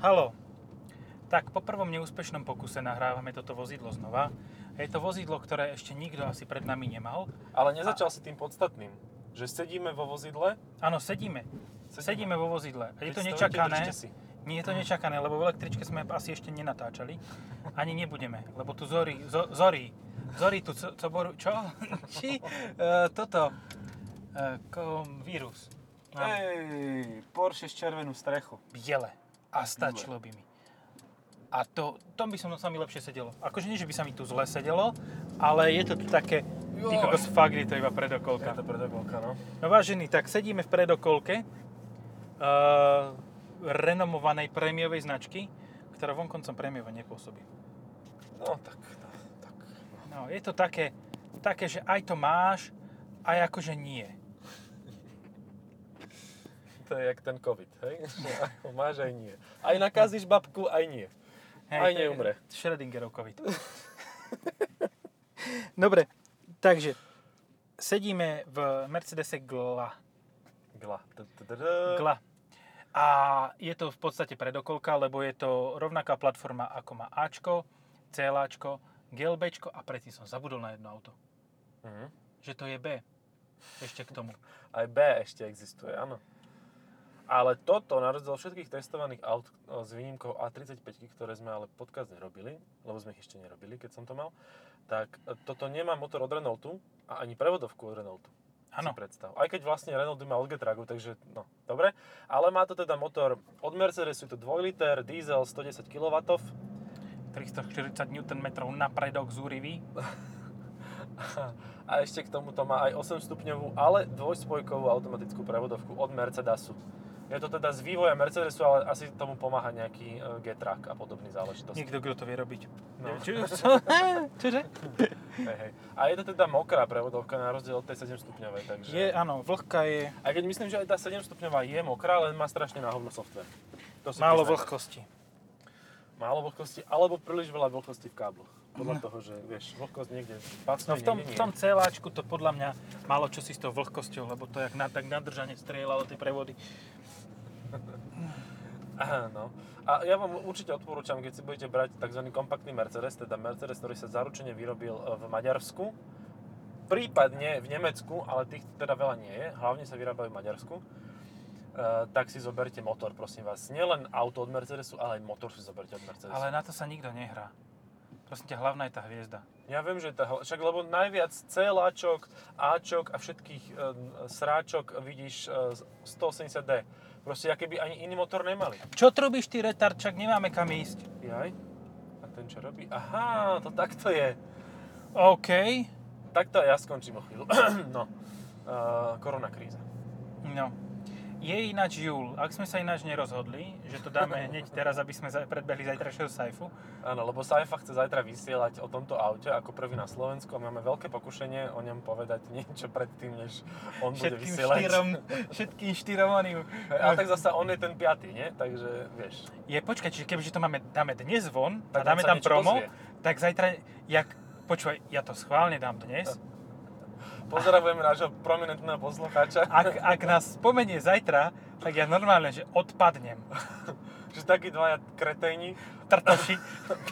Halo. Tak po prvom neúspešnom pokuse nahrávame toto vozidlo znova. Je to vozidlo, ktoré ešte nikto asi pred nami nemal. Ale nezačal si tým podstatným, že sedíme vo vozidle. Áno, sedíme. Sedíme vo vozidle. A je to nečakané. Nie je to nečakané, lebo v električke sme asi ešte nenatáčali. Ani nebudeme, lebo tu zorí, zo, zorí, zorí tu co, coboru, čo? Či e, toto, e, ko, vírus. Mám Hej, Porsche s červenú strechu. biele a stačilo by mi. A to, tom by som sa mi lepšie sedelo. Akože nie, že by sa mi tu zle sedelo, ale je to tu také, ty Joj. kokos fakt je to iba Je predokolka. to predokolka, no. No vážení, tak sedíme v predokolke uh, renomovanej prémiovej značky, ktorá vonkoncom prémiova nepôsobí. No tak, no, tak. No, je to také, také, že aj to máš, aj akože nie. To je jak ten COVID, hej? Ako Máš aj nie. Aj nakazíš babku, aj nie. to Aj je neumre. Schrödingerov covid. Dobre, takže sedíme v Mercedese Gla. Gla. Gla. Gla. A je to v podstate predokolka, lebo je to rovnaká platforma ako má Ačko, CLAčko, GLBčko a predtým som zabudol na jedno auto. Mhm. Že to je B. Ešte k tomu. Aj B ešte existuje, áno. Ale toto, na rozdiel od všetkých testovaných aut o, s výnimkou A35, ktoré sme ale podcast nerobili, lebo sme ich ešte nerobili, keď som to mal, tak e, toto nemá motor od Renaultu a ani prevodovku od Renaultu. Áno. Si predstav. Aj keď vlastne Renault má od Getragu, takže no, dobre. Ale má to teda motor od Mercedesu, je to 2 liter, diesel 110 kW 340 Nm na predok zúrivý. a ešte k tomuto má aj 8 stupňovú, ale dvojspojkovú automatickú prevodovku od Mercedesu. Je to teda z vývoja Mercedesu, ale asi tomu pomáha nejaký e, G-Track a podobný záležitosti. Niekto, kto to vie robiť. No. Čo- čo- Čože? Hej, hej. A je to teda mokrá prevodovka na rozdiel od tej 7 stupňovej, takže... Je, áno, vlhká je, A keď myslím, že aj tá 7 stupňová je mokrá, len má strašne na hovno software. To si málo priznajte. vlhkosti. Málo vlhkosti, alebo príliš veľa vlhkosti v kábloch. Podľa toho, že vieš, vlhkosť niekde Mhm. No pacne, v tom, niekde v nie. tom celáčku to podľa mňa malo čosi s tou vlhkosťou, lebo to jak na, tak nadržane strieľalo tie prevody. Áno. no. A ja vám určite odporúčam, keď si budete brať tzv. kompaktný Mercedes, teda Mercedes, ktorý sa zaručene vyrobil e, v Maďarsku, prípadne v Nemecku, ale tých teda veľa nie je, hlavne sa vyrábajú v Maďarsku, e, tak si zoberte motor, prosím vás. Nielen auto od Mercedesu, ale aj motor si zoberte od Mercedesu. Ale na to sa nikto nehrá. Prosím ťa, hlavná je tá hviezda. Ja viem, že tá, hla- však lebo najviac celáčok, áčok a všetkých e, sráčok vidíš e, z 180D. Proste, ja keby ani iný motor nemali. Čo tu robíš ty, retarčak? Nemáme kam ísť. Jaj. A ten čo robí? Aha, to takto je. OK. Takto ja skončím o chvíľu. no. Uh, korona kríza. No. Je ináč júl. Ak sme sa ináč nerozhodli, že to dáme hneď teraz, aby sme za- predbehli zajtrajšieho sajfu. Áno, lebo Saifa chce zajtra vysielať o tomto aute ako prvý na Slovensku a máme veľké pokušenie o ňom povedať niečo predtým, než on bude Všetkým vysielať. štyrom, všetkým štyrom oným. Ale tak zasa on je ten piatý, nie? Takže vieš. Je, počkaj, čiže kebyže to máme, dáme dnes von a Tak on dáme sa tam niečo promo, dozvie. tak zajtra, jak, počúvaj, ja to schválne dám dnes. Pozdravujeme nášho prominentného poslucháča, Ak, ak nás spomenie zajtra, tak ja normálne, že odpadnem. že takí dvaja kreténi, Trtoši.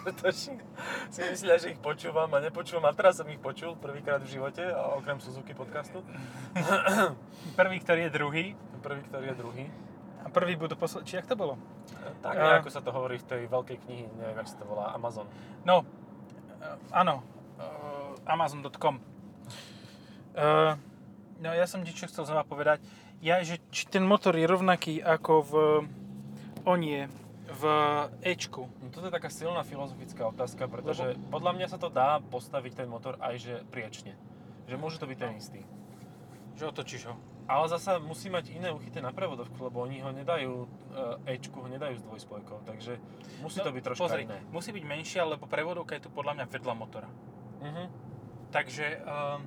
pretože si myslia, že ich počúvam a nepočúvam. A teraz som ich počul prvýkrát v živote, a okrem Suzuki podcastu. Prvý, ktorý je druhý. Prvý, ktorý je druhý. A prvý budú poslední. Či jak to bolo? Tak, A- ako sa to hovorí v tej veľkej knihy, neviem, ako sa to volá, Amazon. No, e, áno. e, Amazon.com. E, no ja som ti čo chcel znova povedať. Ja, že či ten motor je rovnaký ako v Onie, v Ečku. No, toto je taká silná filozofická otázka, pretože Lebo... podľa mňa sa to dá postaviť ten motor aj že priečne. Že môže to byť ten istý. Že otočíš ho. Ale zasa musí mať iné uchyté na prevodovku, lebo oni ho nedajú, e, Ečku ho nedajú s dvojspojkou, takže musí to byť troška No, pozri, iné. musí byť menšia, lebo prevodovka je tu podľa mňa vedľa motora. Mhm. Takže, um,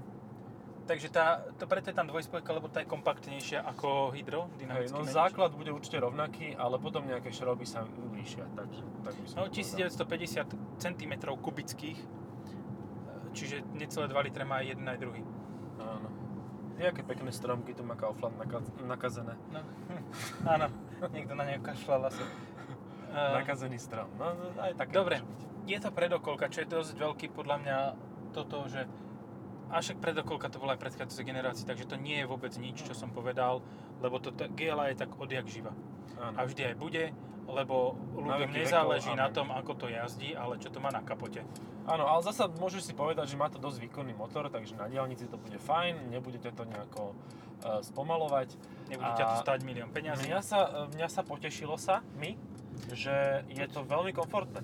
takže tá, to preto je tam dvojspojka, lebo tá je kompaktnejšia ako hydro, Hej, dynamicky no menšia. základ bude určite rovnaký, ale potom nejaké šroby sa líšia, takže tak by som No, povedal. 1950 cm kubických, e, čiže necelé 2 litre má aj jeden aj druhý. Áno. Jaké pekné stromky tu má Kaufland nakaz- nakazené. No. Áno, niekto na neho kašľal asi. Eh, Nakazený strom. No, no, aj také Dobre. môže byť. Je to predokolka, čo je dosť veľký podľa mňa toto, že a však predokolka to bola aj predchádzajúcej generácii, takže to nie je vôbec nič, čo som povedal, lebo to t- GLA je tak odjak živa. Áno. A vždy aj bude, lebo ľuďom veky nezáleží vekov, na áno. tom, ako to jazdí, ale čo to má na kapote. Áno, ale zasa môžeš si povedať, že má to dosť výkonný motor, takže na diálnici to bude fajn, nebudete to nejako eh, spomalovať. Nebude A ťa to stáť milión peňazí. Mňa sa, e, mňa sa potešilo sa, my, že je to veľmi komfortné.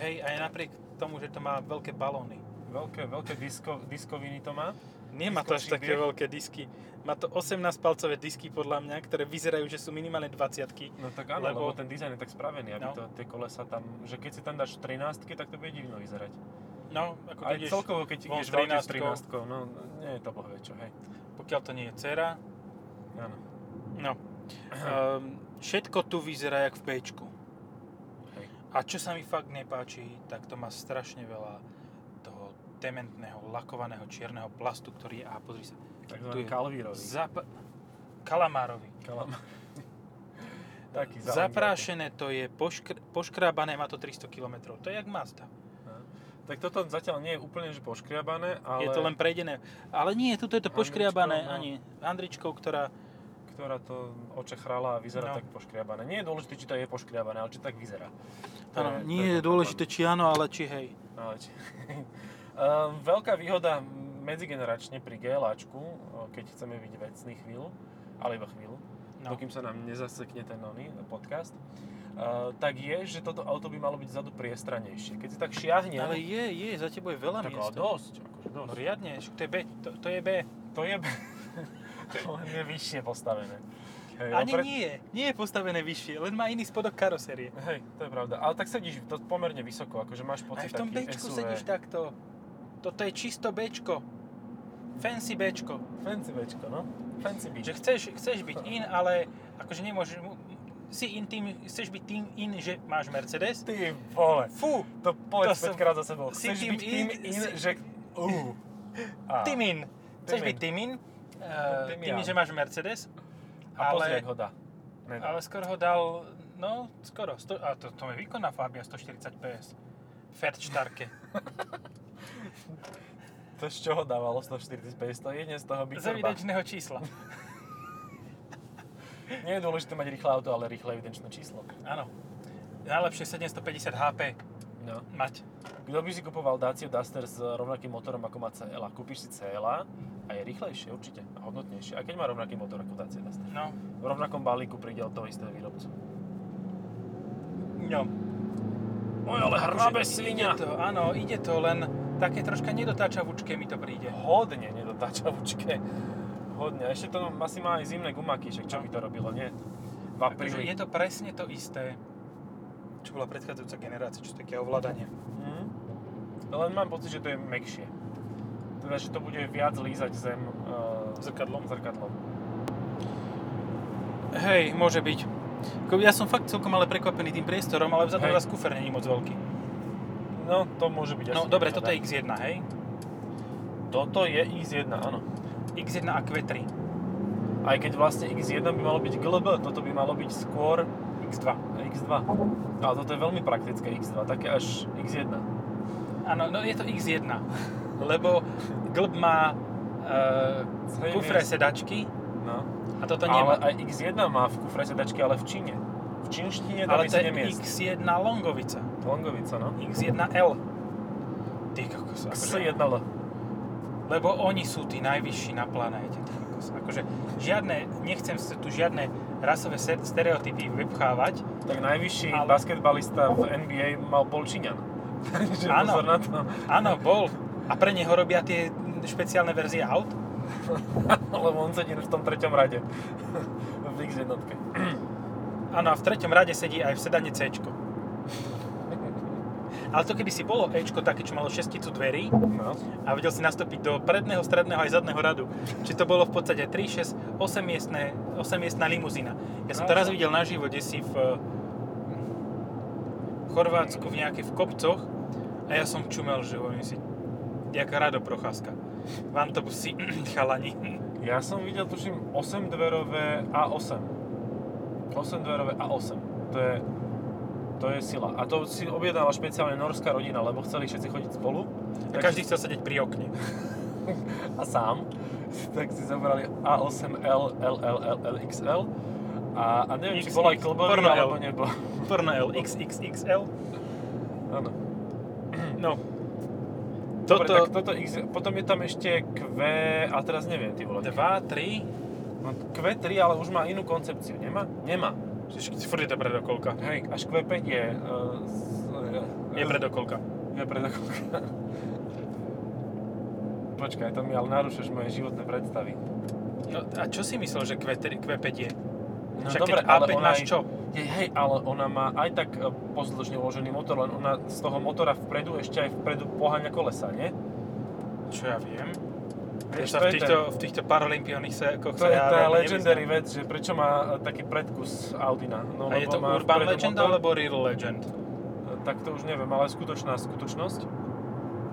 Hej, aj napriek tomu, že to má veľké balóny. Veľké, veľké disko, diskoviny to má. Nemá to až Diskošiek také je? veľké disky. Má to 18-palcové disky podľa mňa, ktoré vyzerajú, že sú minimálne 20 No tak áno, Lebo- lebo, lebo ten dizajn je tak spravený, aby No. no. to, tie kolesa tam, že keď si tam dáš 13, tak to bude divno vyzerať. No, ako keď Aj ideš, celkovo, keď von ideš s v aute s 13-kou. 13, no nie je to bohvie čo, hej. pokiaľ to nie je dcera. Áno. No. Um, všetko tu vyzerá jak v pečku. Hej. A čo sa mi fakt nepáči, tak to má strašne veľa toho tementného, lakovaného, čierneho plastu, ktorý je, a pozri sa, Takzvaný Tu je kalvírový. zap- kalamárový. Kalam... Taký zaujímavý. Zaprášené to je, poškr- poškrábané, má to 300 km. To je jak Mazda. No. Tak toto zatiaľ nie je úplne že poškriabané, Ale... ale Je to len prejdené. Ale nie, tuto je to Handričkou, poškriabané no. ani Andričkou, ktorá... ktorá to očechrala a vyzerá No. no. tak poškriabané. Nie je dôležité, či to je poškriabané, ale či tak vyzerá. To Áno, to nie je podstatné. dôležité, či áno, ale či hej. Ale No, či... Ehm, Veľká výhoda medzigeneračne pri GLAčku, o, e, keď chceme byť vecný chvíľu, ale iba chvíľu, No. dokým sa nám nezasekne ten oný podcast, eh, tak je, že toto auto by malo byť vzadu priestranejšie. Keď si tak šiahne, Ale je, je, za tebou je veľa tak ale miesta. dosť, akože No dosť. riadne, však to je B, to, to je B. To je... to je vyššie postavené. Hej, Ani opred- nie, nie je postavené vyššie, len má iný spodok karosérie. Hej, to je pravda. Ale tak sedíš to pomerne vysoko, akože Aj máš v pocit tom taký Bčku SUV. sedíš takto. Toto je čisto Bčko. Fancy Bčko. Fancy Bčko, no. Fancy Bčko. Že chceš, chceš byť in, ale akože nemôžeš... Si in tým, chceš byť tým in, že máš Mercedes. Ty vole. Fú, To povedz To som- 5 krát za sebou. si Chceš tým byť tým in- in, si- že... Uh. A, No, tým in. Chceš Tým in. byť tým in, eh, Tým tým in, ja. že máš Mercedes. a pozri, Ale, ak ho dá. Nedá. ale skoro ho dal, no skoro, sto, a to, to je výkonná Fabia 140 PS. Fert štarke. To z čoho dávalo 140 500? Jedne z toho by Z evidenčného čísla. Nie je dôležité mať rýchle auto, ale rýchle evidenčné číslo. Áno. Najlepšie 750 HP No. mať. Kto by si kupoval Dacia Duster s rovnakým motorom ako má CL? Kúpiš si CL a je rýchlejšie určite a hodnotnejšie. A keď má rovnaký motor ako Dacia Duster. No. V rovnakom balíku príde od toho istého výrobcu. No. Oj, ale hrabe svinia! Akože Ide to, áno, ide to, len také troška nedotáčavučke mi to príde. hodne nedotáčavučke. Hodne. A ešte to asi má aj zimné gumaky, však čo by to No. robilo, nie? V Takže je apríli. to presne to isté, čo bola predchádzajúca generácia, čo také ovládanie. Mhm. Len mám pocit, že to je mekšie. Teda, že to bude viac lízať zem uh, Zrkadlom? zrkadlom. Hej, môže byť. Ako Ja som fakt celkom ale prekvapený tým priestorom, ale vzadu Hej. zase kufer není moc veľký. No, to môže byť No asi dobre, nevýhoda. toto je X1, hej? Toto je X1, áno. X1 a Q3. Aj keď vlastne X1 by malo byť GLB, toto by malo byť skôr X2. X2. Ale toto je veľmi praktické X2, také až X1. Áno, no je to X1, lebo glb má e, Hej, kufre miest- sedačky No. a toto ale nemá. aj X1 má v kufre sedačky, ale v Číne. V čínštine tam Ale je to je 7 miest. X1 Longovica. Longovica, no. X1L. Ty kokos, akože, X1L. lebo oni sú tí najvyšší na planéte. Ty kokos. Akože žiadne, nechcem sa tu žiadne rasové se- stereotypy vypchávať. Tak najvyšší Ale- basketbalista v NBA mal bol Číňan. Takže Áno. pozor na to. Áno, bol. A pre neho robia tie špeciálne verzie aut. Lebo on sedí v tom treťom rade. v X1. Áno, a v treťom rade sedí aj v sedane C. Ale to keby si bolo E, také, čo malo šesticu dverí No. a vedel si nastúpiť do predného, stredného aj zadného radu. Či to bolo v podstate 3, 6, 8 miestne, 8 miestna limuzína. Ja No, som to raz videl naživo, kde si v, hm, v Chorvátsku v nejakých v kopcoch a ja som čumel, že hovorím si, jaká rado procházka. V autobusi hm, chalani. Ja som videl, tuším, 8 dverové A8. 8 dverové A8. To je to je sila. A to si objednala špeciálne norská rodina, lebo chceli všetci chodiť spolu. A každý chcel sedieť pri okne. a sám, tak si zobrali A8L, LLL, LXL a, a neviem, či XX, bol aj klbový, porno L. alebo nebol. Turno L, XXXL. Áno. No. Hm. Dobre, Toto... tak toto X, potom je tam ešte Q, a teraz neviem, ty vole. 2, 3... No, Q3, ale už má inú koncepciu, nemá? Nemá. Furt je to predokolka. Hej, až Q5 je... Uh, s, uh, Je predokolka. Je predokolka. Počkaj, to mi ale narušíš moje životné predstavy. No, a čo si myslel, že Q3, Q5 je? No Však dobre, keď ale A5 ona máš je- čo? Je, hej, ale ona má aj tak e, pozdĺžne uložený motor, len ona z toho motora vpredu ešte aj vpredu poháňa kolesa, nie? Čo ja viem. Vieš, Vieš, sa to v je týchto, v týchto paralympioných sa ako To je tá legendary vec, že prečo má e, taký predkus Audina. No, A je lebo to má Urban vpredu Legend motor, alebo Real Legend? e, Tak to už neviem, ale skutočná skutočnosť,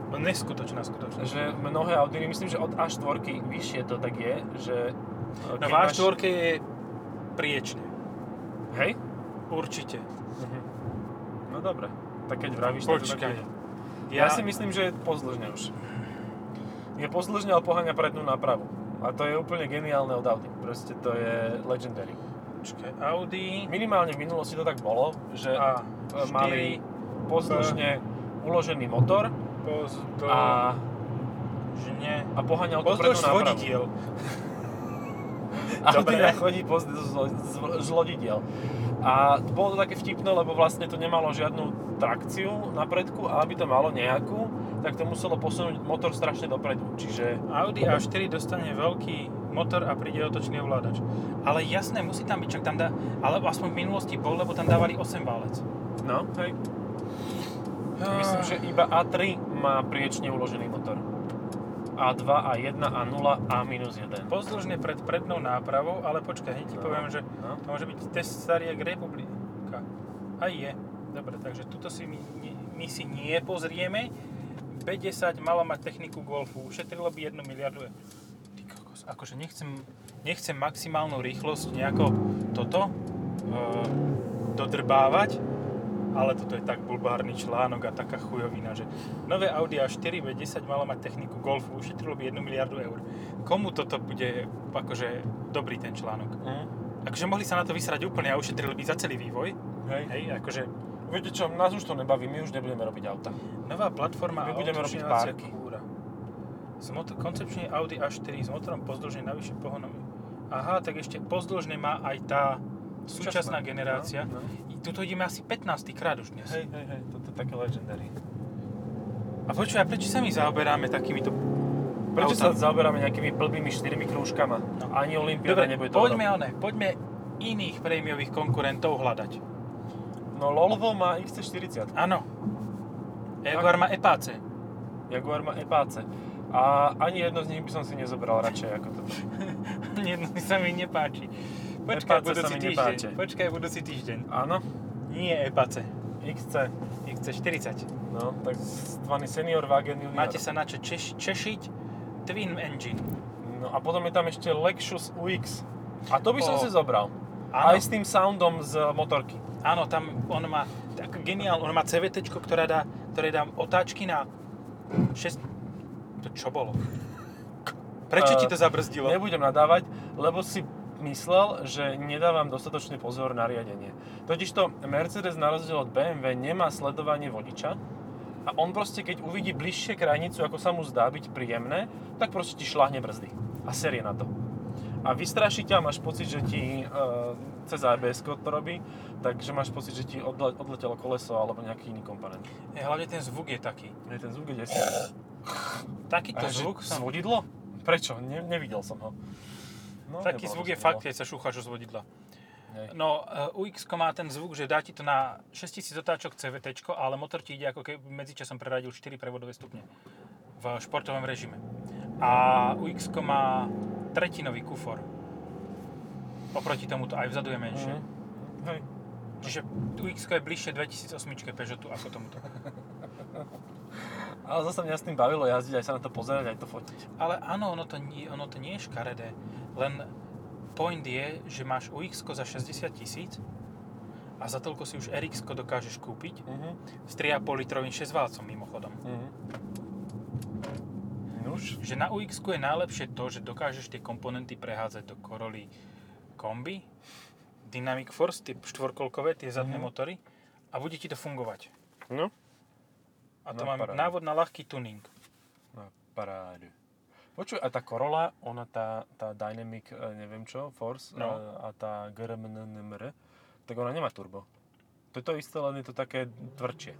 No, Neskutočná skutočnosť. že mnohé Audiny, myslím, že od A4 vyššie to tak je, že... e, No v keď A4 je priečne. Hej? Určite. Mhm. No dobre. Tak keď vravíš... to tak Počkaj. je. Ja, Ja, si myslím, že je pozdĺžne už. Je pozdĺžne, ale poháňa prednú nápravu. A to je úplne geniálne od Audi. Proste to je legendary. Počkaj, Audi... Minimálne v minulosti to tak bolo, že A e, mali 4 pozdĺžne uložený motor a, pozdĺžne... a poháňal to prednú Pozdĺž nápravu. vodidiel. Audi Dobre. chodí pozdĺž z- z- z lodidiel. A bolo to také vtipné, lebo vlastne to nemalo žiadnu trakciu na predku a aby to malo nejakú, tak to muselo posunúť motor strašne dopredu. Čiže Audi A4 dostane veľký motor a príde otočný ovládač. Ale jasné, musí tam byť, čak tam dá, ale aspoň v minulosti bol, lebo tam dávali 8 válec. No, hej. Myslím, že iba A3 má priečne uložený motor. A2, A1, A0, A-1. Pozdĺžne pred prednou nápravou, ale počkaj, hneď ti No. poviem, že No. to môže byť test Stariek Republika. A je. Dobre, takže tuto si my, nie- my si nepozrieme. B10 mala mať techniku Golfu, ušetrilo by 1 miliardu eur. Ty kokos, akože nechcem, nechcem maximálnu rýchlosť nejako toto e, dodrbávať, ale toto je tak bulbárny článok a taká chujovina, že nové Audi A4 B10 malo mať techniku Golfu, ušetrilo by 1 miliardu eur. Komu toto bude akože dobrý ten článok? Mm, Akože mohli sa na to vysrať úplne a ušetrili by za celý vývoj. Hej. Hej, akože Viete čo, nás už to nebaví, my už nebudeme robiť auta. nová platforma My a budeme robiť odtušňovacia párky. kúra. S mot- koncepčne Audi A4 s motorom pozdĺžne navyše pohonom. Aha, tak ešte pozdĺžne má aj tá súčasná generácia. No, no. I Tuto ideme asi 15. krát už dnes. Hej, hej, hej, toto je také legendary. A počuj, a prečo sa my zaoberáme takýmito Prečo sa autami? zaoberáme nejakými blbými štyrmi krúžkama? No. Ani Olympiáda Dobre, nebude to poďme, one, poďďme iných prémiových konkurentov hľadať. No Lolvo má XC40, Áno. Jaguar má Epace. Jaguar má Epace. A ani jedno z nich by som si nezobral radšej ako toto. Nie, no, sa mi nepáči. Počkaj, Epace sa budúci mi týždeň. nepáči. Počkaj, budúci týždeň. Áno, Nie Epace. XC. XC40. No, tak zvaný senior wagon junior. Máte sa na čo češ- češiť. Twin engine. No a potom je tam ešte Lexus UX. A to by O. som si zobral. Áno. Aj s tým soundom z motorky. Áno, tam on má, tak geniál, on má CVT, ktorá dá, ktoré dá otáčky na 6... To čo bolo? Prečo Eh, ti to zabrzdilo? Nebudem nadávať, lebo si myslel, že nedávam dostatočný pozor na riadenie. Totižto Mercedes na rozdiel od BMW nemá sledovanie vodiča a on proste, keď uvidí bližšie krajnicu, ako sa mu zdá byť príjemné, tak proste ti šláhne brzdy a serie na to. A vystraší ťa, máš pocit, že ti e, cez ABS to robí, takže máš pocit, že ti odle- odletelo koleso alebo nejaký iný komponent. Je, Eh, Hlavne ten zvuk je taký. Je ten zvuk, kde si... Takýto A že zvuk z som... vodidlo? Prečo? Ne, nevidel som ho. No, Taký nebolo zvuk to je vodidlo. fakt, keď sa šúchaš z vodidla. Hej. No, eh, UX má ten zvuk, že dá ti to na 6000 otáčok CVT, ale motor ti ide ako keby medzičasom preradil 4 prevodové stupne v športovom režime. A UX má tretinový kufor. Oproti tomuto aj vzadu je menšie. Mhm. Hej. Čiže UX je bližšie 2008 Peugeotu ako tomuto. Ale zase mňa s tým bavilo jazdiť, aj sa na to pozerať, aj to fotiť. Ale áno, ono to, nie, ono to nie je škaredé. Len point je, že máš UX za 60 tisíc a A za toľko si už rx dokážeš kúpiť Mhm. s 3,5 litrovým 6 válcom mimochodom. Mhm. Nuž. Že na ux je najlepšie to, že dokážeš tie komponenty prehádzať do Corolla kombi, Dynamic Force, tie štvorkolkové, tie zadné Mhm. motory a bude ti to fungovať. No. A to No, máme paráda. návod na ľahký tuning. Na parádu. Počuj, a tá Corolla, ona tá, tá Dynamic, e, neviem čo, Force No. e, a tá GRMNMR, tak ona nemá turbo. To je to isté, len je to také tvrdšie.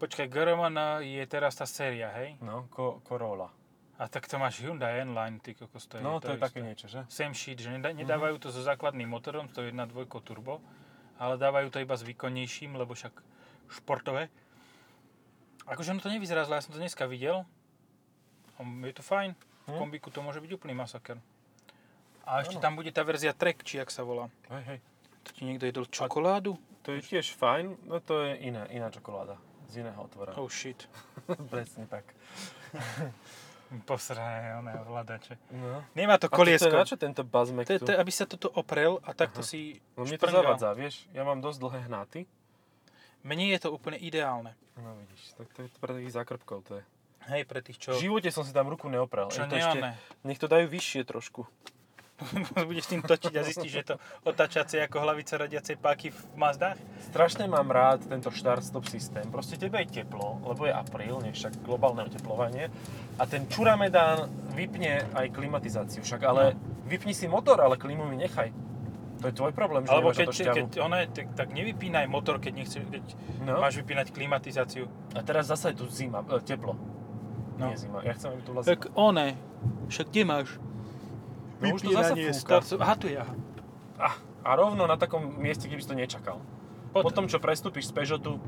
Počkaj, German je teraz tá séria, hej? No, ko, Corolla. A tak to máš Hyundai N-Line, ty kokos, to je No, to isté. je také niečo, že? Same shit, že nedá- nedávajú to so základným motorom, to je 1.2 turbo, ale dávajú to iba s výkonnejším, lebo však športové. Akože ono to nevyzerá zle, ja som to dneska videl. A Je to fajn, v Hm. kombiku to môže byť úplný masaker. A ešte Áno. tam bude tá verzia Trek, či jak sa volá. Hej, hej. To ti niekto jedol čokoládu? To je tiež fajn, no to je iná, iná čokoláda. Z iného otvora. Oh shit. Presne tak. Posrané, oné ovládače. No. Nemá to A to, teda- to je na koliesko. čo tento bazmek To je, tu? to je, aby sa toto oprel a takto si No mne to šprngal. zavadza, vieš? Ja mám dosť dlhé hnáty. Mne je to úplne ideálne. No vidíš, tak to je pre tých zákrbkov to je. Hej, pre tých, čo, V živote som si tam ruku neoprel. čo Nech to ešte- nemáme. nech to dajú vyššie trošku. Budeš tým točiť a zistíš, že to otáčacie ako hlavica radiacej páky v Mazdách? Strašne mám rád tento štart-stop systém. Proste tebe je teplo, lebo je apríl, nie je však globálne oteplovanie. A ten čuramedán vypne aj klimatizáciu. Však No. ale vypni si motor, ale klimu mi nechaj. To je tvoj problém, že Alebo nemáš na keď, to šťavu. keď ona je, tak, tak nevypínaj motor, keď, nechceš, keď No. máš vypínať klimatizáciu. A teraz zase je tu zima, e, teplo. No. Nie zima, ja chcem, aby tu bola zima. Tak one, však kde máš? No už to zase fúka. Aha, tu ja. Ah, a rovno na takom mieste, kde by si to nečakal. Po Potom tom, čo prestúpiš z Peugeotu,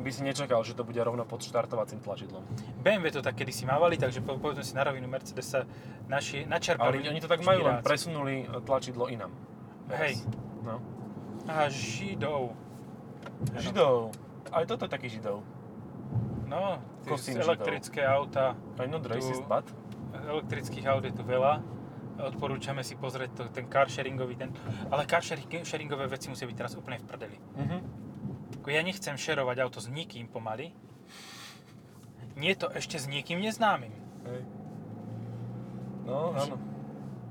by si nečakal, že to bude rovno pod štartovacím tlačidlom. BMW to tak kedysi mávali, takže po- povedzme si na rovinu Mercedes sa naši, načerpali. Ale oni to tak majú, inšpiráciu. len presunuli e, tlačidlo inam. Hej. No. Aha, Židov. Židov. Aj toto je taký židov. No, Kosím tie Židov. elektrické auta. Aj no Tu- racist, but... elektrických aut je tu veľa. Odporúčame si pozrieť to, ten carsharingový, ten... ale carsharingové veci musia byť teraz úplne v prdeli. Mhm. Ako Ja nechcem šerovať auto s nikým pomaly. Nie to ešte s niekým neznámym. Hej. No, áno.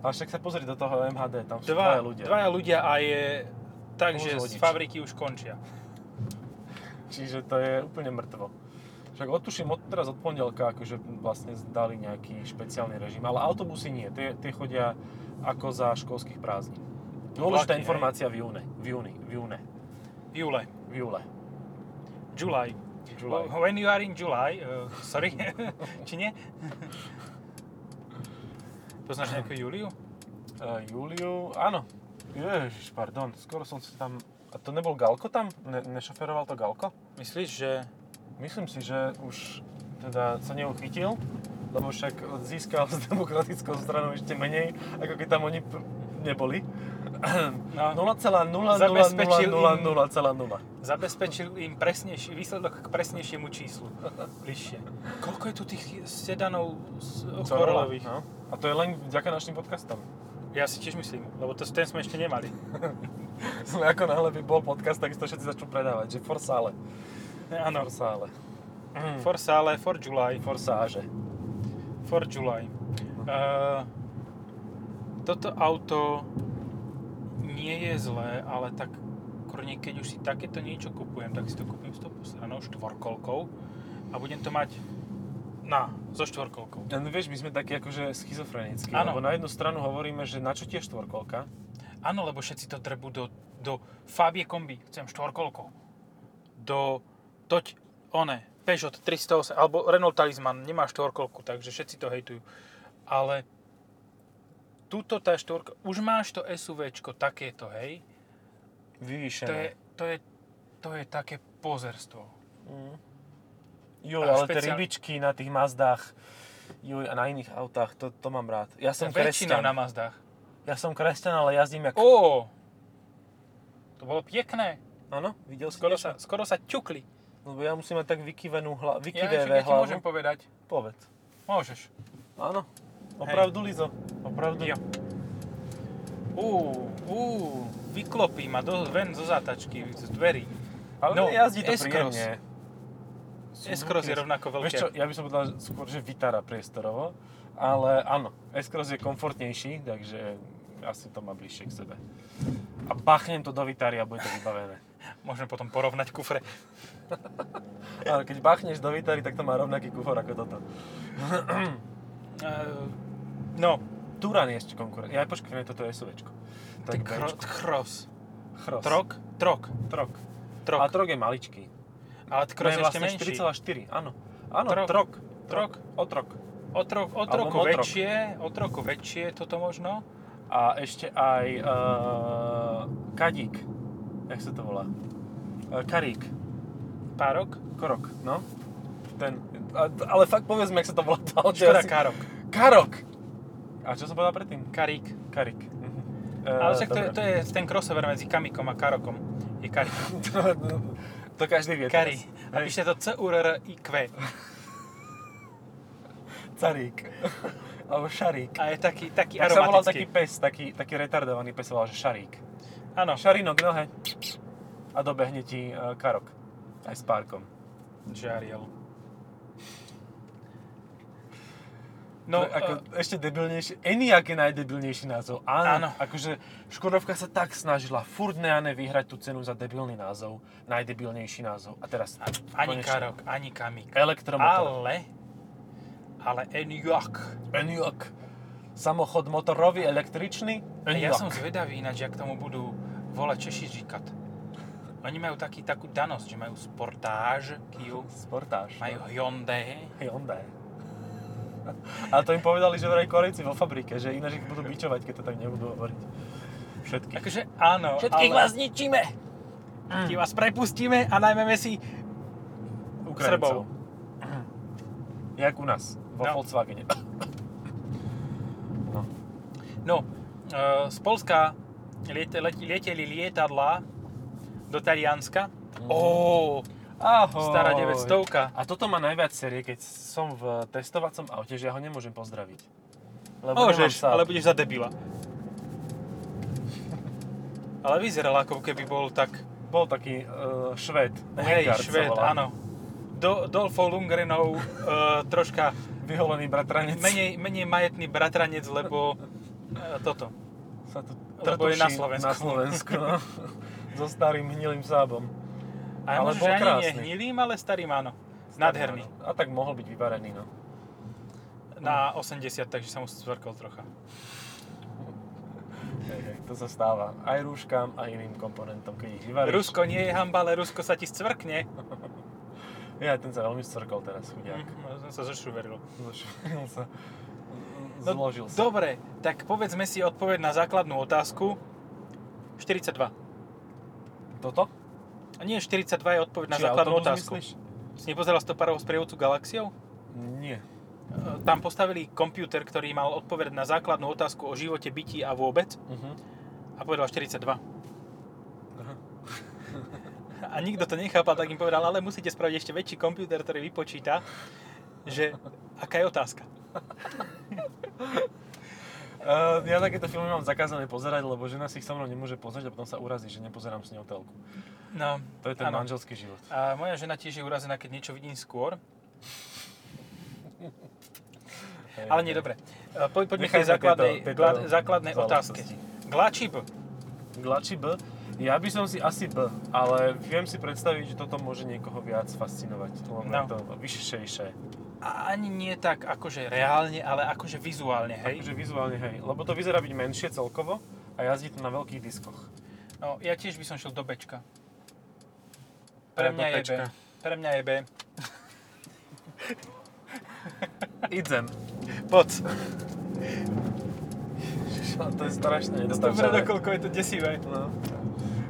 A však sa pozri do toho MHD, tam sú Dva, dvaja ľudia. dvaja ľudia a je tak, Plus že z vodič. fabriky už končia. Čiže to je úplne mŕtvo. Však odtuším od teraz od pondelka, akože vlastne dali nejaký špeciálny režim, ale autobusy nie, tie, tie chodia ako za školských prázdnin. Dôležitá Vlaky, hej? informácia v júne, v júni, v júne, Jule. v júle. July. July. When you are in July, uh, sorry, či nie? Poznáš nejakú Juliu? Uh, júliu, áno. Ježiš, pardon, skoro som si tam... A to nebol Galko tam? Ne, nešoferoval to Galko? Myslíš, že Myslím si, že už teda sa neuchytil, lebo však získal s demokratickou stranou ešte menej, ako keď tam oni pr- neboli. No. 0,000000. Zabezpečil im- zabezpečil im presnejší, výsledok k presnejšiemu číslu. Bližšie. Koľko je tu tých sedanov z Korolových? No. A to je len vďaka našim podcastom. Ja si tiež myslím, lebo to, ten sme ešte nemali. Sme ako náhle by bol podcast, tak si to všetci začnú predávať, že forsále. Áno. Mhm. Forsále. For Sale, for July, Forsáže. for July. Uh, toto auto nie je zlé, ale tak kurne, keď už si takéto niečo kupujem, tak si to kúpim s tou posranou štvorkolkou a budem to mať na, so štvorkolkou. No vieš, my sme takí akože schizofrenickí, Áno. lebo na jednu stranu hovoríme, že na čo tie štvorkolka, Áno, lebo všetci to drbu do, do Fabie kombi, chcem štvorkolkou. Do toť, one, Peugeot 308, alebo Renault Talisman nemá štvorkolku, takže všetci to hejtujú. Ale túto tá štvorka, už máš to SUVčko takéto, hej? vyvýšené. To je, to je, to je také pozerstvo. Mm. Juj, A ale tie špeciál- rybičky na tých Mazdách, juj, a na iných autách, to, to mám rád. Ja som Väčšinou kresťan, na Mazdách. ja som kresťan, ale jazdím jak... Ó! To bolo pekné. Áno, videl si Skoro niečo? sa, skoro sa ťukli. Lebo ja musím mať tak vykyvenú hla... Ja, vykyvé ja ti hlavu. môžem povedať. Povedz. Môžeš. Áno. Opravdu, Lizo. Opravdu. Jo. Uú, uú. vyklopí ma do, ven zo zátačky, z dverí. Ale No, jazdí to S-Cross. príjemne. S-Cross je rovnako veľké. Vieš čo, ja by som povedal že skôr, že vytára priestorovo, ale áno, S-Cross je komfortnejší, takže asi to má bližšie k sebe. A bachnem to do Vitary a bude to vybavené. Môžeme potom porovnať kufre. Ale keď bachneš do Vitary, tak to má rovnaký kufor ako toto. Eh, no, Turan je ešte konkurent. Ja počkaj, nie, toto je SUVčko. To tak je kro, Bčko. cross. Cross. Trok? Trok. Trok. Trok. A Trok je maličký. Ale cross No je je ešte vlastne menší. 4,4, áno. Áno, Trok. Trok. Trok. Otrok. O, trok, o Alebo troku motrok. väčšie, o troku väčšie toto možno. A ešte aj uh, kadík. Jak sa to volá? Uh, karík. Párok? Korok, no. Ten, a, ale fakt povedzme, jak sa to volá. to auto, Škoda ja si- Károk. Karok. A čo som povedal predtým? Karík. Karík. Mhm. Uh, Ale však to je, to dobre. je ten crossover medzi Kamikom a Karokom. Je Karík. to, No, to každý vie. Kari. teraz. A Hej. píšte to c u r r i q Carík. Alebo šarík. A je taký, taký Tak sa volal aromatický. taký pes, taký, taký retardovaný pes, sa volal, že šarík. Áno. Šarinok nohe a dobehne ti e, karok. Aj s parkom. Žariel. No, No, ako, eh, ešte debilnejší, Eniak je najdebilnejší názov. Áno. Áno, akože Škodovka sa tak snažila furt neane vyhrať tú cenu za debilný názov, najdebilnejší názov. A teraz eh, ani konečne. Karok, ani Kamik. Elektromotor. Ale, ale Enyaq. Eniak. Samochod motorový, električný. A Ja som Enyaq. zvedavý ináč, jak tomu budú volať Češi říkat. Oni majú taký, takú danosť, že majú Sportage, Kia, Sportáž. no. majú Hyundai. Hyundai. A to im povedali, že vraj korejci vo fabrike, že ináč ich budú bičovať, keď to tak nebudú hovoriť. Všetkých. Akože áno, ale... zničíme! Ti vás prepustíme a najmeme si... Srbov. Ukrajincov. Jak u nás, vo No. Volkswagene. No. No, e, z Polska liet, let, lieteli lietadla do Talianska. Mm. Oh, Ahoj. stará 900 A toto má najviac série, keď som v testovacom aute, že ja ho nemôžem pozdraviť. Lebo nemám Môžeš, sa... ale budeš za debila. Ale vyzeral ako keby bol tak... Bol taký uh, švéd. Hej, Lingard sa švéd, volá. áno. Do, Dolfo Lundgrenov e, troška Vyholený bratranec. menej, menej majetný bratranec, lebo e, toto. sa tu Lebo je trtuší na Slovensku. Na Slovensku, no. so starým hnilým sábom. A ja Ale možno, bol že ani krásny. nehnilým, ale starým áno. Nádherný. A tak mohol byť vyvarený, no. Na 80, takže sa mu stvrkol trocha. Hej, hej, to sa stáva aj rúškam, aj iným komponentom, keď ich vyvaríš. Rusko nie je hamba, ale Rusko sa ti scvrkne. Ja, ten sa veľmi scrkol teraz, chudiak. Hm, Som sa zošuveril. Zložil sa. No, Zložil sa. Dobre, tak povedzme si odpoveď na základnú otázku. 42. Toto? A nie, 42 je odpoveď na Či základnú autobus otázku. myslíš? Si nepozeral Stoparovho sprievodcu Galaxiou? Nie. E, Tam postavili počítač, ktorý mal odpovedať na základnú otázku o živote, bytí a vôbec Uh-huh. a povedal 42. A nikto to nechápal, tak im povedal, ale musíte spraviť ešte väčší počítač, ktorý vypočíta, že aká je otázka. Uh, ja takéto filmy mám zakázané pozerať, lebo žena si ich so mnou nemôže pozrieť a potom sa urazí, že nepozerám s ňou telku. No, To je ten áno. manželský život. A moja žena tiež je urazená, keď niečo vidím skôr. Hej, Ale nie, hej. dobre. E, Po, poďme k tej Nechajme základnej, tieto- tieto glad, základnej otázke. záležitosti. Glačip. Glači B? Ja by som si asi B, ale viem si predstaviť, že toto môže niekoho viac fascinovať. Lebo No. je to vyššejšie. A Ani nie tak akože reálne, ale akože vizuálne, hej. Akože vizuálne, hej. Lebo to vyzerá byť menšie celkovo a jazdí to na veľkých diskoch. No, ja tiež by som šiel do Bčka. Ja Pre do mňa je B. Pčka. Pre mňa je B. Idem. Poď. to je strašne Dobre, nedostačné. dokoľko je to desivé. No.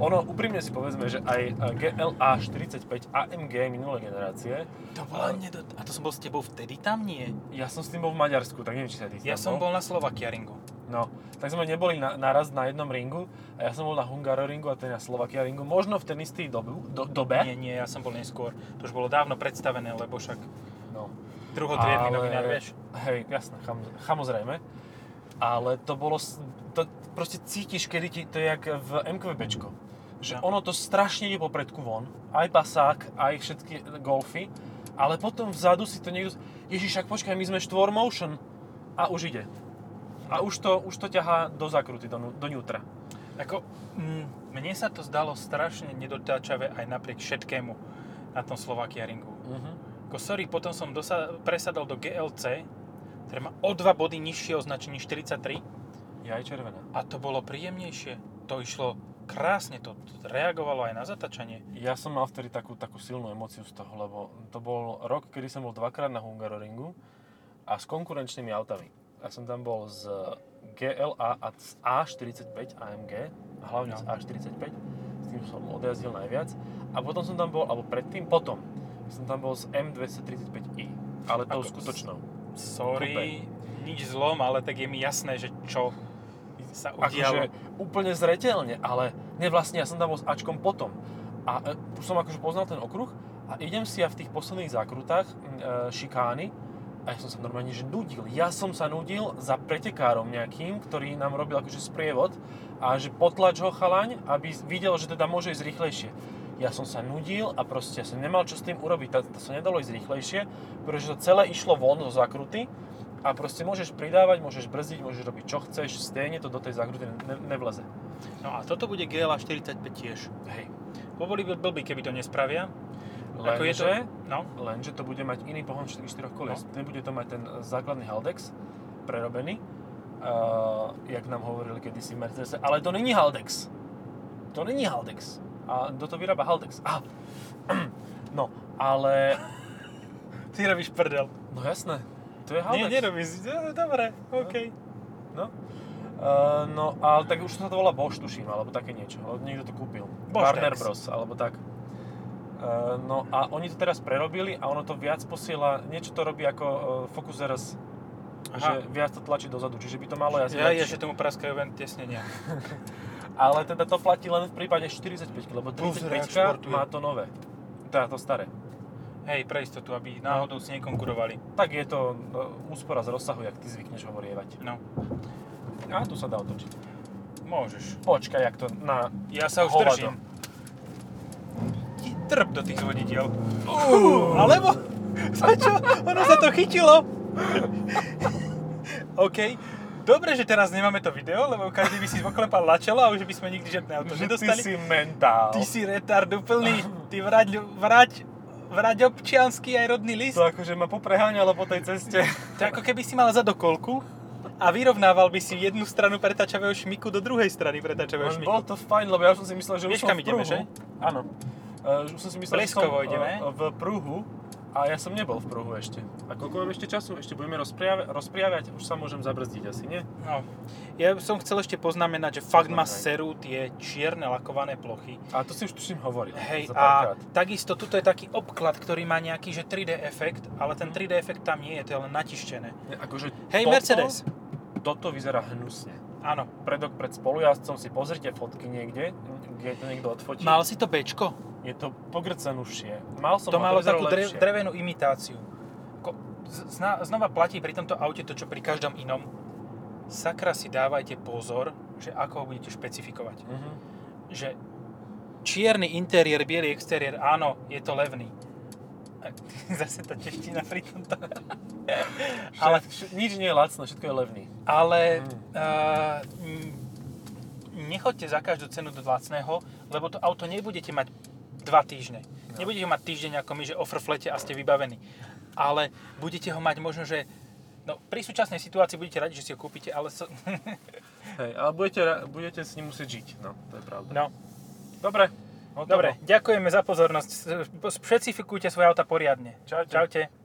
Ono, úprimne si povedzme, že aj e, GLA 45 AMG minulé generácie, To bola nedot... A to som bol s tebou vtedy tam? Nie. ja som s tým bol v Maďarsku, tak neviem, či sa ty Ja som bol na Slovakia ringu. No, tak sme neboli na, naraz na jednom ringu a ja som bol na Hungaroringu a ten na Slovakia ringu, možno v ten istý dobu, do, dobe. Nie, nie, ja som bol neskôr. To už bolo dávno predstavené, lebo však No. druhotriedný novinár, vieš. Hej, jasné, cham, samozrejme. Ale to bolo, s- to, proste cítiš, kedy ti, to je jak v MQBčko, že No. ono to strašne ide popredku von, aj pasák, aj všetky golfy, ale potom vzadu si to niekto, ježiš, ak počkaj, my sme štvor motion a už ide. A už to, už to ťahá do zakruty, do, nu- do ňutra. Ako, mm, mne sa to zdalo strašne nedotáčavé aj napriek všetkému na tom Slovakia ringu. Uh-huh. Ako, sorry, potom som dosa- presadol do GLC, ktoré má o dva body nižšie označenie 43 Je aj červená. a to bolo príjemnejšie. To išlo krásne, to to reagovalo aj na zatačanie. Ja som mal vtedy takú, takú silnú emociu z toho, lebo to bol rok, kedy som bol dvakrát na Hungaroringu a s konkurenčnými autami. Ja som tam bol z GLA a z A45 AMG, a hlavne No. z A45, s tým som odjazdil najviac. A potom som tam bol, alebo predtým, potom, som tam bol z M235i, ale tou Ako s- skutočnou. Sorry, nič zlom, ale tak je mi jasné, že čo sa udialo. akože úplne zretelne, ale ne vlastne, ja som tam bol s Ačkom potom. A e, už som akože poznal ten okruh a idem si ja v tých posledných zákrutách m, e, šikány a ja som sa normálne že nudil. Ja som sa nudil za pretekárom nejakým, ktorý nám robil akože sprievod a že potlač ho chalaň, aby z- videl, že teda môže ísť rýchlejšie. Ja som sa nudil a proste ja som nemal čo s tým urobiť, to, to sa nedalo ísť rýchlejšie, pretože to celé išlo von zo zakruty a proste môžeš pridávať, môžeš brzdiť, môžeš robiť čo chceš, stejne to do tej zákruty ne- nevleze. No a toto bude GLA 45 tiež. Hej. Bo boli by blbí, keby to nespravia. Lenže, Ako je to? No, lenže to bude mať iný pohon všetkých štyroch kolies. No. Nebude to mať ten e, základný Haldex prerobený, uh, jak nám hovorili kedysi v Mercedese, ale to není Haldex. To není Haldex. A kto to vyrába Haldex? Ah. No, ale... ty robíš prdel. No jasné, to je Nie, Haldex. nerobíš. No, Dobre, OK. No. Uh, no, ale tak už to sa to volá Bosch, tuším, alebo také niečo. Alebo niekto to kúpil. Bosch Warner Tax. Bros, alebo tak. Uh, no a oni to teraz prerobili a ono to viac posiela, niečo to robí ako uh, Focus RS, že Aha. viac to tlačí dozadu, čiže by to malo jazdiť. Ja je, že tomu praskajú ven tesnenia. Ale teda to platí len v prípade 45, lebo Plus 35 reexportuje. má to nové, teda to staré. Hej, pre istotu, aby náhodou si nekonkurovali. Tak je to uh, úspora z rozsahu, jak ty zvykneš hovorievať. No, A tu sa dá otočiť. môžeš. Počkaj, jak to na... Ja sa už Hovado. držím. Ti Trp do tých zvodidiel. Uh, alebo? Za čo? Ono sa to chytilo. OK. Dobre, že teraz nemáme to video, lebo každý by si oklepal na čelo a už by sme nikdy žiadne auto nedostali. Ty si mentál. Ty si retard úplný, ty vrať, vrať, vrať občiansky aj rodný list. To akože ma popreháňalo po tej ceste. To je ako keby si mal zadokolku a vyrovnával by si jednu stranu pretačavého šmiku do druhej strany pretačavého Len šmiku. bolo to fajn, lebo ja už som si myslel, že Vieš, už som kam v ideme, pruhu. že? Áno. Uh, už som si myslel, Bleskovo že som ideme. e, v pruhu. A ja som nebol v pruhu ešte. A koľko mám ešte času? Ešte budeme rozpriave- rozpriaviať? Už sa môžem zabrzdiť asi, nie? No. Ja som chcel ešte poznamenať, že fakt ma Poznamenaj. serú tie čierne lakované plochy. A to si už tuším hovoril. Hej, za a párkrát. takisto tuto je taký obklad, ktorý má nejaký že 3D efekt, ale ten 3D efekt tam nie je, to je len natištené. Ne, Akože Hej, toto, Mercedes! Toto vyzerá hnusne. Áno. Predok pred spolujazcom si pozrite fotky niekde, kde to niekto odfotí. Mal si to bečko? Je to pogrcanušie. Mal to som ho, malo vyzerá takú drev, lepšie. drevenú imitáciu. Ko- z- Zna, znova platí pri tomto aute to, čo pri každom inom. Sakra si dávajte pozor, že ako ho budete špecifikovať. Mhm. Že čierny interiér, biely exteriér, áno, je to levný. A- Zase tá čeština pri tomto. Ale Ale- vš- nič nie je lacné, všetko je levný. Ale Mm. uh, nechoďte za každú cenu do lacného, lebo to auto nebudete mať dva týždne. No. Nebudete ho mať týždeň ako my, že offerflete a ste vybavení. Ale budete ho mať možno, že No, pri súčasnej situácii budete radi, že si ho kúpite, ale... So... Hej, ale budete, ra- budete s ním musieť žiť, no, to je pravda. No, Dobre, hotovo. dobre, ďakujeme za pozornosť. Špecifikujte svoje auta poriadne. Čaute. Čaute.